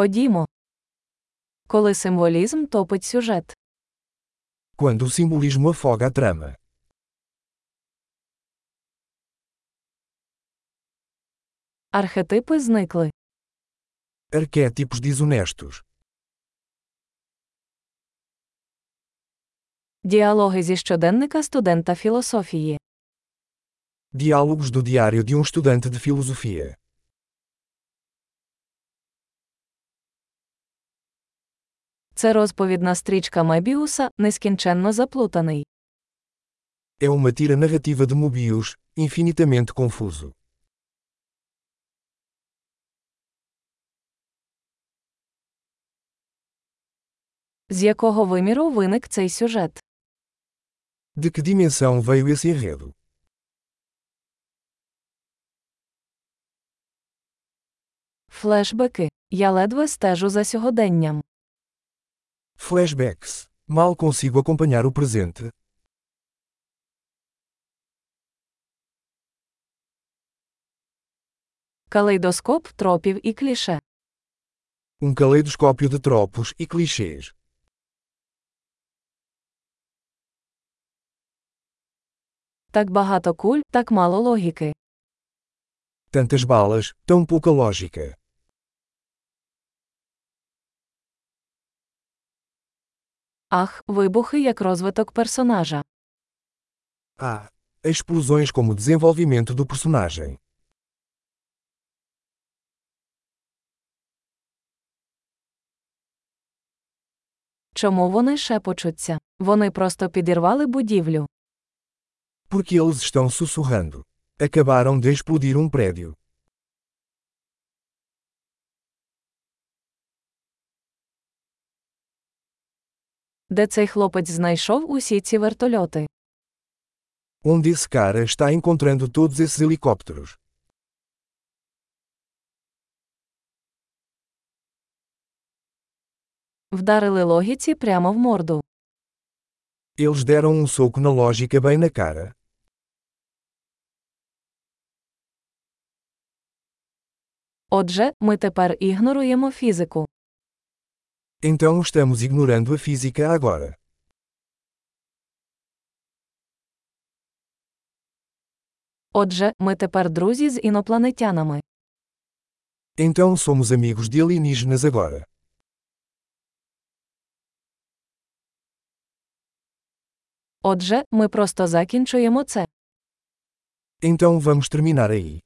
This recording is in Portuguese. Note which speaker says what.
Speaker 1: Ходімо. Коли символізм топить сюжет.
Speaker 2: Quando o simbolismo afoga a trama.
Speaker 1: Архетипи зникли.
Speaker 2: Arquétipos desonestos.
Speaker 1: Діалоги зі щоденника студента філософії.
Speaker 2: Diálogos do diário de um estudante de filosofia.
Speaker 1: Це розповідна стрічка Мебіуса, нескінченно заплутаний.
Speaker 2: É uma tira narrativa de Mobius, infinitamente confuso.
Speaker 1: З якого виміру виник цей сюжет?
Speaker 2: De que dimensão veio esse enredo?
Speaker 1: Флешбеки. Я ледве стежу за сьогоденням.
Speaker 2: Flashbacks. Mal consigo acompanhar o presente.
Speaker 1: Калейдоскоп тропів і кліше.
Speaker 2: Um caleidoscópio de tropos e clichês.
Speaker 1: Так багато куль, так мало логіки.
Speaker 2: Tantas balas, tão pouca lógica.
Speaker 1: Ах, вибухи як розвиток персонажа.
Speaker 2: Ah, explosões como desenvolvimento do personagem.
Speaker 1: Чому вони шепочуться? Вони просто підірвали будівлю.
Speaker 2: Porque eles estão sussurrando. Acabaram de explodir um prédio.
Speaker 1: Де цей хлопець знайшов усі ці вертольоти?
Speaker 2: Onde esse cara está encontrando todos esses helicópteros?
Speaker 1: Вдарили логіці прямо в морду.
Speaker 2: Eles deram um soco na lógica bem na cara.
Speaker 1: Отже, ми тепер ігноруємо фізику.
Speaker 2: Então estamos ignorando a física agora.
Speaker 1: Отже, ми тепер друзі з інопланетянами.
Speaker 2: Então somos amigos de alienígenas agora.
Speaker 1: Отже, ми просто закінчуємо це.
Speaker 2: Então vamos terminar aí.